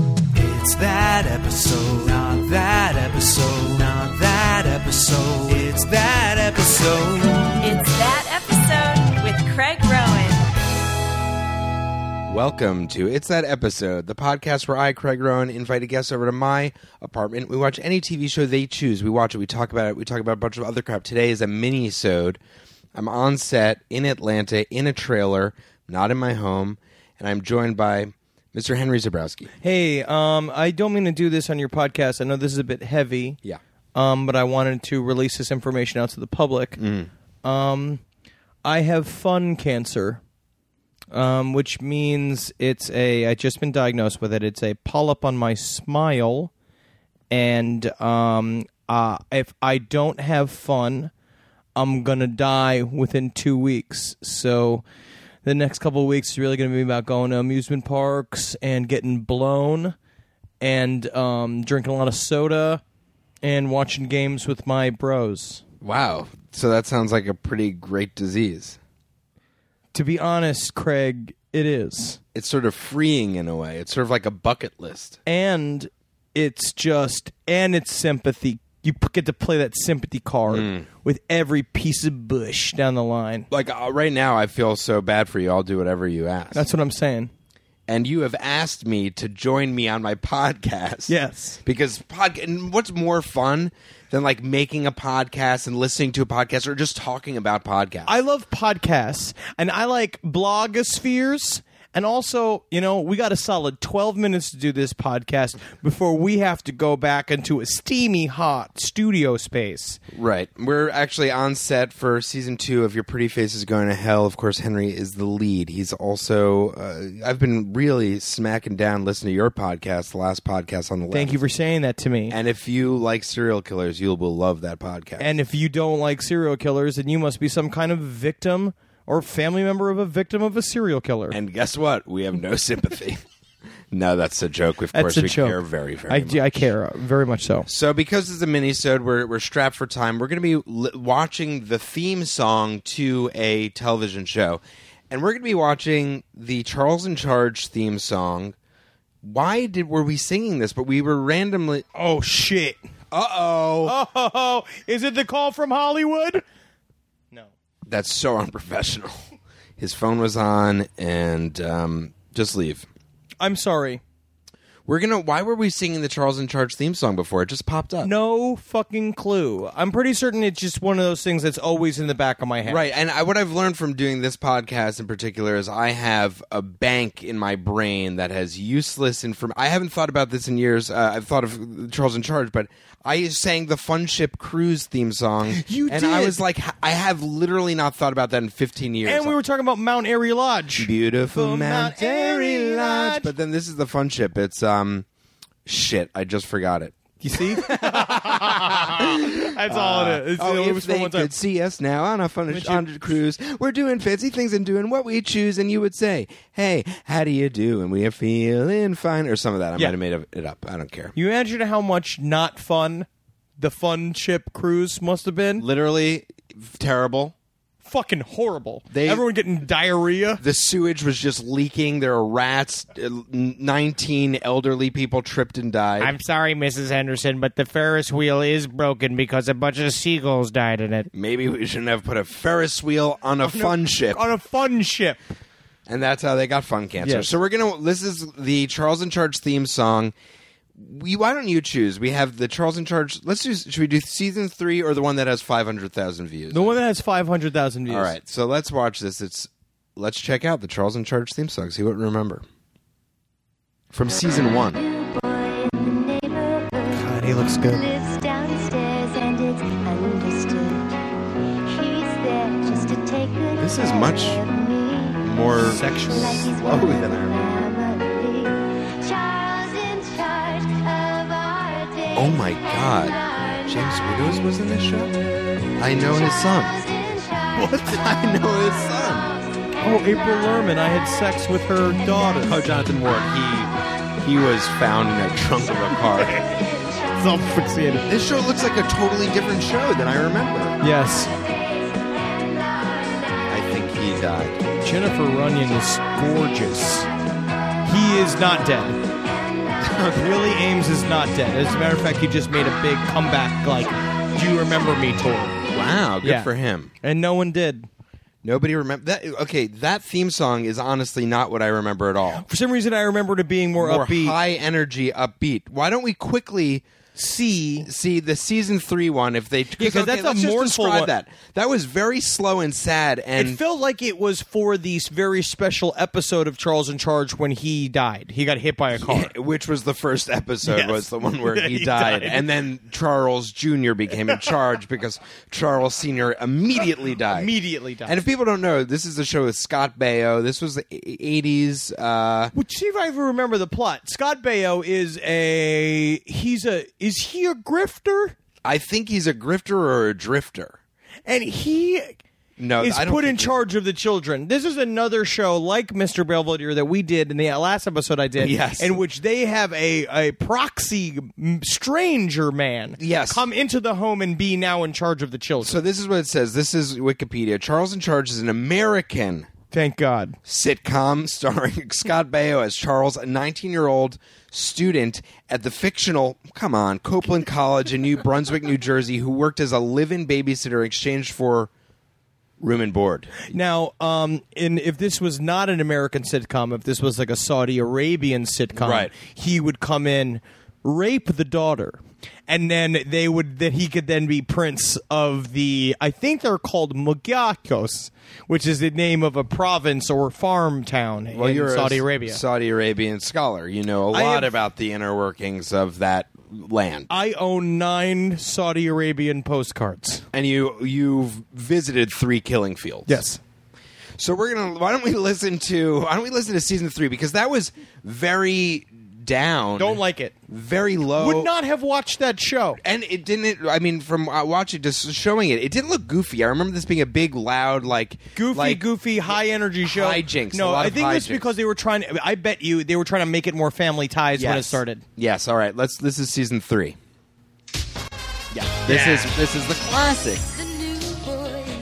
It's that episode, not that episode, not that episode. It's that episode. It's that episode with Craig Rowan. Welcome to It's That Episode, the podcast where I, Craig Rowan, invite a guest over to my apartment. We watch any TV show they choose. We watch it, we talk about it, we talk about a bunch of other crap. Today is a mini-sode. I'm on set in Atlanta in a trailer, not in my home, and I'm joined by Mr. Henry Zabrowski. Hey, um, I don't mean to do this on your podcast. I know this is a bit heavy. Yeah. Um, but I wanted to release this information out to the public. Um, I have fun cancer, um, which means it's a. I've just been diagnosed with it. It's a polyp on my smile, and um, uh, if I don't have fun, I'm gonna die within two weeks. So the next couple of weeks is really gonna be about going to amusement parks and getting blown and um, drinking a lot of soda and watching games with my bros. Wow. So that sounds like a pretty great disease. To be honest, Craig, it is. It's sort of freeing in a way. It's sort of like a bucket list. And it's just, and it's sympathy. You p- get to play that sympathy card with every piece of bush down the line. Like uh, right now, I feel so bad for you. I'll do whatever you ask. That's what I'm saying. and you have asked me to join me on my podcast. Yes. Because pod- and what's more fun than like making a podcast and listening to a podcast or just talking about podcasts? I love podcasts and I like blogospheres. And also, you know, we got a solid 12 minutes to do this podcast before we have to go back into a steamy, hot studio space. right. We're actually on set for season 2 of Your Pretty Face is Going to Hell. Of course, Henry is the lead. He's also uh, I've been really smacking down listening to your podcast, the last podcast on the list. Thank you for saying that to me. And if you like serial killers, you will love that podcast. And if you don't like serial killers, then you must be some kind of victim or family member of a victim of a serial killer. And guess what? We have no sympathy. no, that's a joke. Of That's course, a we joke. care very, very I, much. do- I care uh, very much so. So, because it's a mini-sode, we're, we're strapped for time. We're going to be li- watching the theme song to a television show. And we're going to be watching the Charles in Charge theme song. Why did were we singing this? But we were randomly. Oh shit! Uh-oh. Oh, is it the call from Hollywood? No. That's so unprofessional. His phone was on, and um, just leave. I'm sorry. We're gonna. Why were we singing the Charles in Charge theme song before? It just popped up. No fucking clue. I'm pretty certain it's just one of those things that's always in the back of my head. Right, and I, what I've learned from doing this podcast in particular is I have a bank in my brain that has useless information. I haven't thought about this in years. Uh, I've thought of Charles in Charge, but I sang the Fun Ship Cruise theme song. You and I did. was like, h- I have literally not thought about that in 15 years. And we were talking about Mount Airy Lodge. beautiful Beautiful Mount Mount Airy Airy Lodge, Lodge. but then this is the Fun Ship. It's um, shit. I just forgot it. You see? that's all it is. It's- Oh, it if was for they one could time. see us now on a fun Would you- on a cruise, we're doing fancy things and doing what we choose, and you would say, "Hey, how do you do?" And we are feeling fine, or some of that. I Yeah. might have made up- it up. I don't care. You imagine how much not fun the fun chip cruise must have been? Literally terrible. Fucking horrible. They- Everyone getting diarrhea. The sewage was just leaking. There were rats. Uh, n- Nineteen elderly people tripped and died. I'm sorry, Mrs. Henderson, but the Ferris wheel is broken because a bunch of seagulls died in it. Maybe we shouldn't have put a Ferris wheel Oh, on a fun ship. On a fun ship. and that's how they got fun cancer. Yes. So we're gonna. This is the Charles in Charge theme song. We, why don't you choose? We have the Charles in Charge. Let's do. Should we do season three or the one that has five hundred thousand views? The one that has 500,000 views. All right. So let's watch this. It's. Let's check out the Charles in Charge theme song. See what we remember from season one. God, he looks good. lives downstairs and it's understood. He's there just to take good This is care much of me. More Sexual. Like he's slow one than I remember. family. Charles in charge of our days Oh my and God. our James nights. Widows was in this show. I know his son. Charles in charge What? I know his son. Oh, April Lerman. I had sex with her daughter. Oh, Jonathan Ward. He he was found in a trunk of a car. This show looks like a totally different show than I remember. Yes. I think he died. Jennifer Runyon is gorgeous. He is not dead. Willie Ames is not dead. As a matter of fact, he just made a big comeback, like "Do You Remember Me" tour, Wow, good Yeah. for him. and no one did. Nobody remember that. Okay, that theme song is honestly not what I remember at all. For some reason, I remembered it being more, More upbeat. high energy, upbeat. Why don't we quickly C. see the season three one if they? Yeah, 'cause okay, that's a let's just mournful describe one. That that was very slow and sad, and it felt like it was for this very special episode of Charles in Charge when he died. He got hit by a car. which was the first episode Yes. was the one where he, He died. died. and then Charles Jr. became in charge because Charles Sr. immediately died. Immediately died. And if people don't know, this is a show with Scott Baio. This was the e, eighties. Uh, Well, see if I even remember the plot. Scott Baio is a he's a is he a grifter? I think he's a grifter or a drifter. And he No, is I don't put in think he- charge of the children. This is another show like Mr. Belvedere that we did in the last episode I did. Yes. in which they have a a proxy m- stranger man. Yes. come into the home and be now in charge of the children. So this is what it says. This is Wikipedia. Charles in Charge is an American Thank God. sitcom starring Scott Baio as Charles, a 19-year-old student at the fictional, come on, Copeland College in New Brunswick, New Jersey, who worked as a live-in babysitter in exchange for room and board. Now, um, in if this was not an American sitcom, if this was like a Saudi Arabian sitcom, Right. he would come in, rape the daughter, and then they would that he could then be prince of the. I think they're called Mugyakos, which is the name of a province or farm town Well, in you're a Saudi S- Arabia. Saudi Arabian scholar. You know a I lot have- about the inner workings of that land. I own nine Saudi Arabian postcards. and you you've visited three killing fields. So we're gonna. Why don't we listen to? Why don't we listen to season three because that was very down. don't like it. Very low. Would not have watched that show. And it didn't. I mean, from uh, watching just showing it, it didn't look goofy. I remember this being a big, loud, like goofy, like, goofy, high energy show. Hijinks, a No, lot I of think that's hijinks. because they were trying. I bet you they were trying to make it more family ties when it Yes. started. Yes. All right. Let's. This is season three. Yeah. This is this is the classic.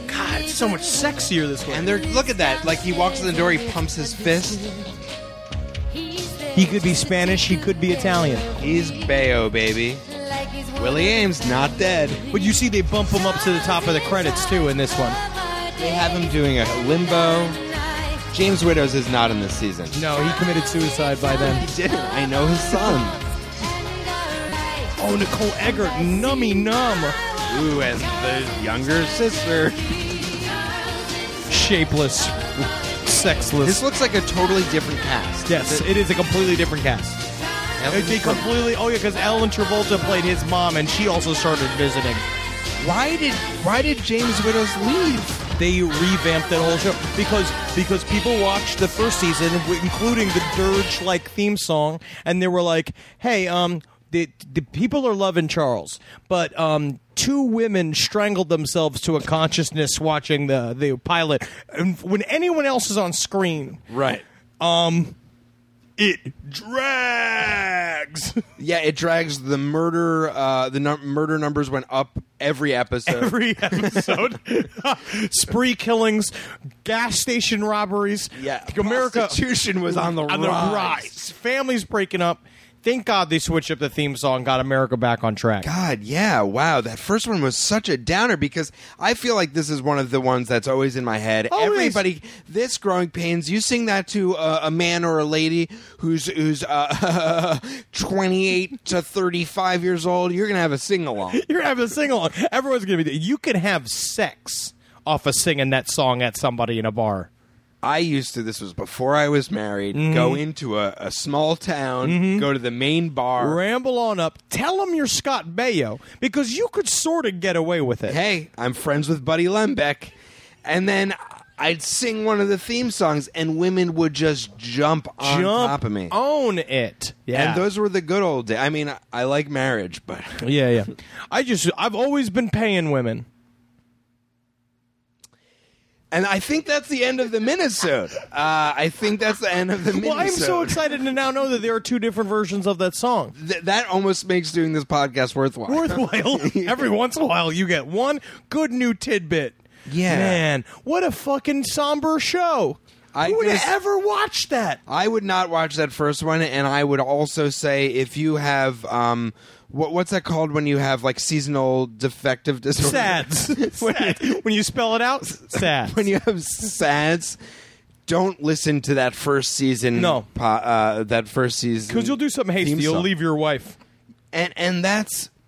God, it's so much sexier this way. And they're look at that. Like he walks in the door, he pumps his fist. he could be Spanish. He could be Italian. He's Bayo, baby. Willie Ames not dead. But you see, they bump him up to the top of the credits too in this one. They have him doing a limbo. James Widows is not in this season. No, he committed suicide by then. He didn't. I know his son. Oh, Nicole Eggert, nummy numb, Ooh, and the younger sister. shapeless, This sexless. looks like a totally different cast. Yes, it is a completely different cast. It's a completely. Oh yeah, because Ellen Travolta played his mom, and she also started visiting. Why did why did James Widows leave? they revamped that whole show because because people watched the first season, w- including the dirge like theme song, and they were like, "Hey, um, the, the people are loving Charles, but um." Two women strangled themselves to a consciousness watching the, the pilot. And when anyone else is on screen, Right. it drags. Yeah, it drags the murder. Uh, the num- murder numbers went up every episode. every episode. Spree killings, gas station robberies. Yeah, America prostitution was on the rise. Families breaking up. Thank God they switched up the theme song, got America back on track. God, yeah, wow. That first one was such a downer because I feel like this is one of the ones that's always in my head. Always. Everybody, this growing pains. You sing that to uh, a man or a lady who's who's uh, twenty eight to thirty five years old. You're gonna have a sing along. You're gonna have a sing along. Everyone's gonna be. You can have sex off of singing that song at somebody in a bar. I used to. This was before I was married. Go into a, a small town. Go to the main bar. Ramble on up. Tell them you're Scott Baio because you could sort of get away with it. hey, I'm friends with Buddy Lembeck. And then I'd sing one of the theme songs, and women would just jump on Jump, top of me. own it. Yeah, And those were the good old days. I mean, I- I like marriage, but Yeah, yeah. I just I've always been paying women. and I think that's the end of the Minnesota. Uh, I think that's the end of the Minnesota. Well, I'm so excited to now know that there are two different versions of that song. Th- that almost makes doing this podcast worthwhile. Worthwhile. Every once in a while, you get one good new tidbit. Yeah. man, what a fucking somber show. I Who would guess- ever watch that? I would not watch that first one, and I would also say if you have um, what, what's that called when you have like seasonal defective disorder? Sads. When- Sads. When you spell it out, sads. when you have SADS, don't listen to that first season. No. po- uh, that first season because you'll do something hasty, theme you'll song. leave your wife. and and that's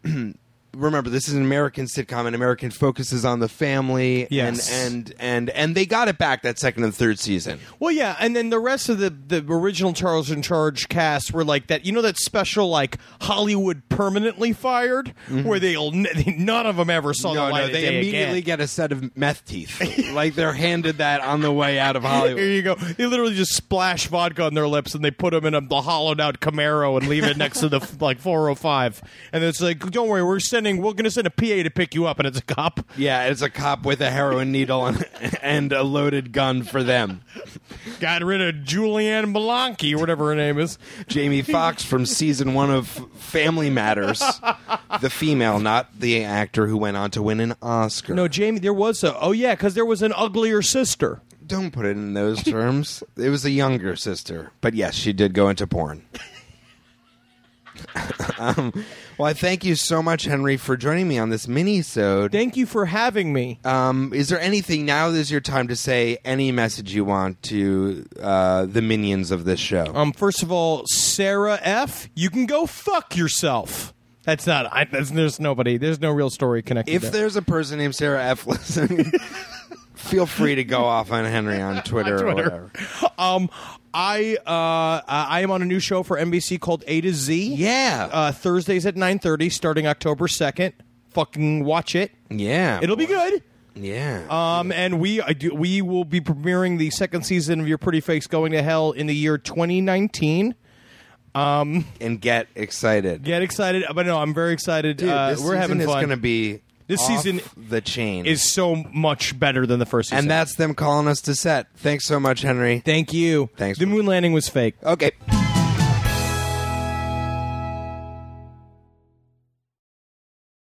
remember this is an American sitcom, and American focuses on the family. Yes. and and and and they got it back that second and third season. Well, yeah, and then the rest of the the original Charles in Charge cast were like that. You know that special like Hollywood permanently fired, where they'll n- they, none of them ever saw the Mm-hmm. No, light no, of they day immediately again. get a set of meth teeth. like they're handed that on the way out of Hollywood. Here you go. They literally just splash vodka on their lips and they put them in a, the hollowed out Camaro and leave it next to the like 405. And it's like, don't worry, we're sending, we're going to send a PA to pick you up, and it's a cop. Yeah, it's a cop with a heroin needle and, and a loaded gun for them. Got rid of Julianne Blanqui, or whatever her name is. Jamie Foxx from season one of Family Matters, the female, not the actor who went on to win an Oscar. No, Jamie, there was a. Oh yeah, because there was an uglier sister. don't put it in those terms. It was a younger sister, but yes, she did go into porn. um, well, I thank you so much, Henry, for joining me on this mini-sode. Thank you for having me. Um, is there anything now? Is your time to say any message you want to uh, the minions of this show? Um, first of all, Sarah F, you can go fuck yourself. That's not. I, that's, there's nobody. There's no real story connected. if there. there's a person named Sarah F. listening, feel free to go off on Henry on Twitter, or whatever. um, I uh, I am on a new show for NBC called A to Z. Yeah, Uh, Thursdays at nine thirty, starting October second. Fucking watch it. yeah, It'll be good. yeah. Um, and we I do, we will be premiering the second season of Your Pretty Face Going to Hell in the year 2019. and get excited. Get excited, but no, I'm very excited. Dude, uh, this we're having season fun. is going to be This off season the chain is so much better than the first season. and that's them calling us to set. Thanks so much, Henry. Thank you. Thanks. The moon landing was fake. okay.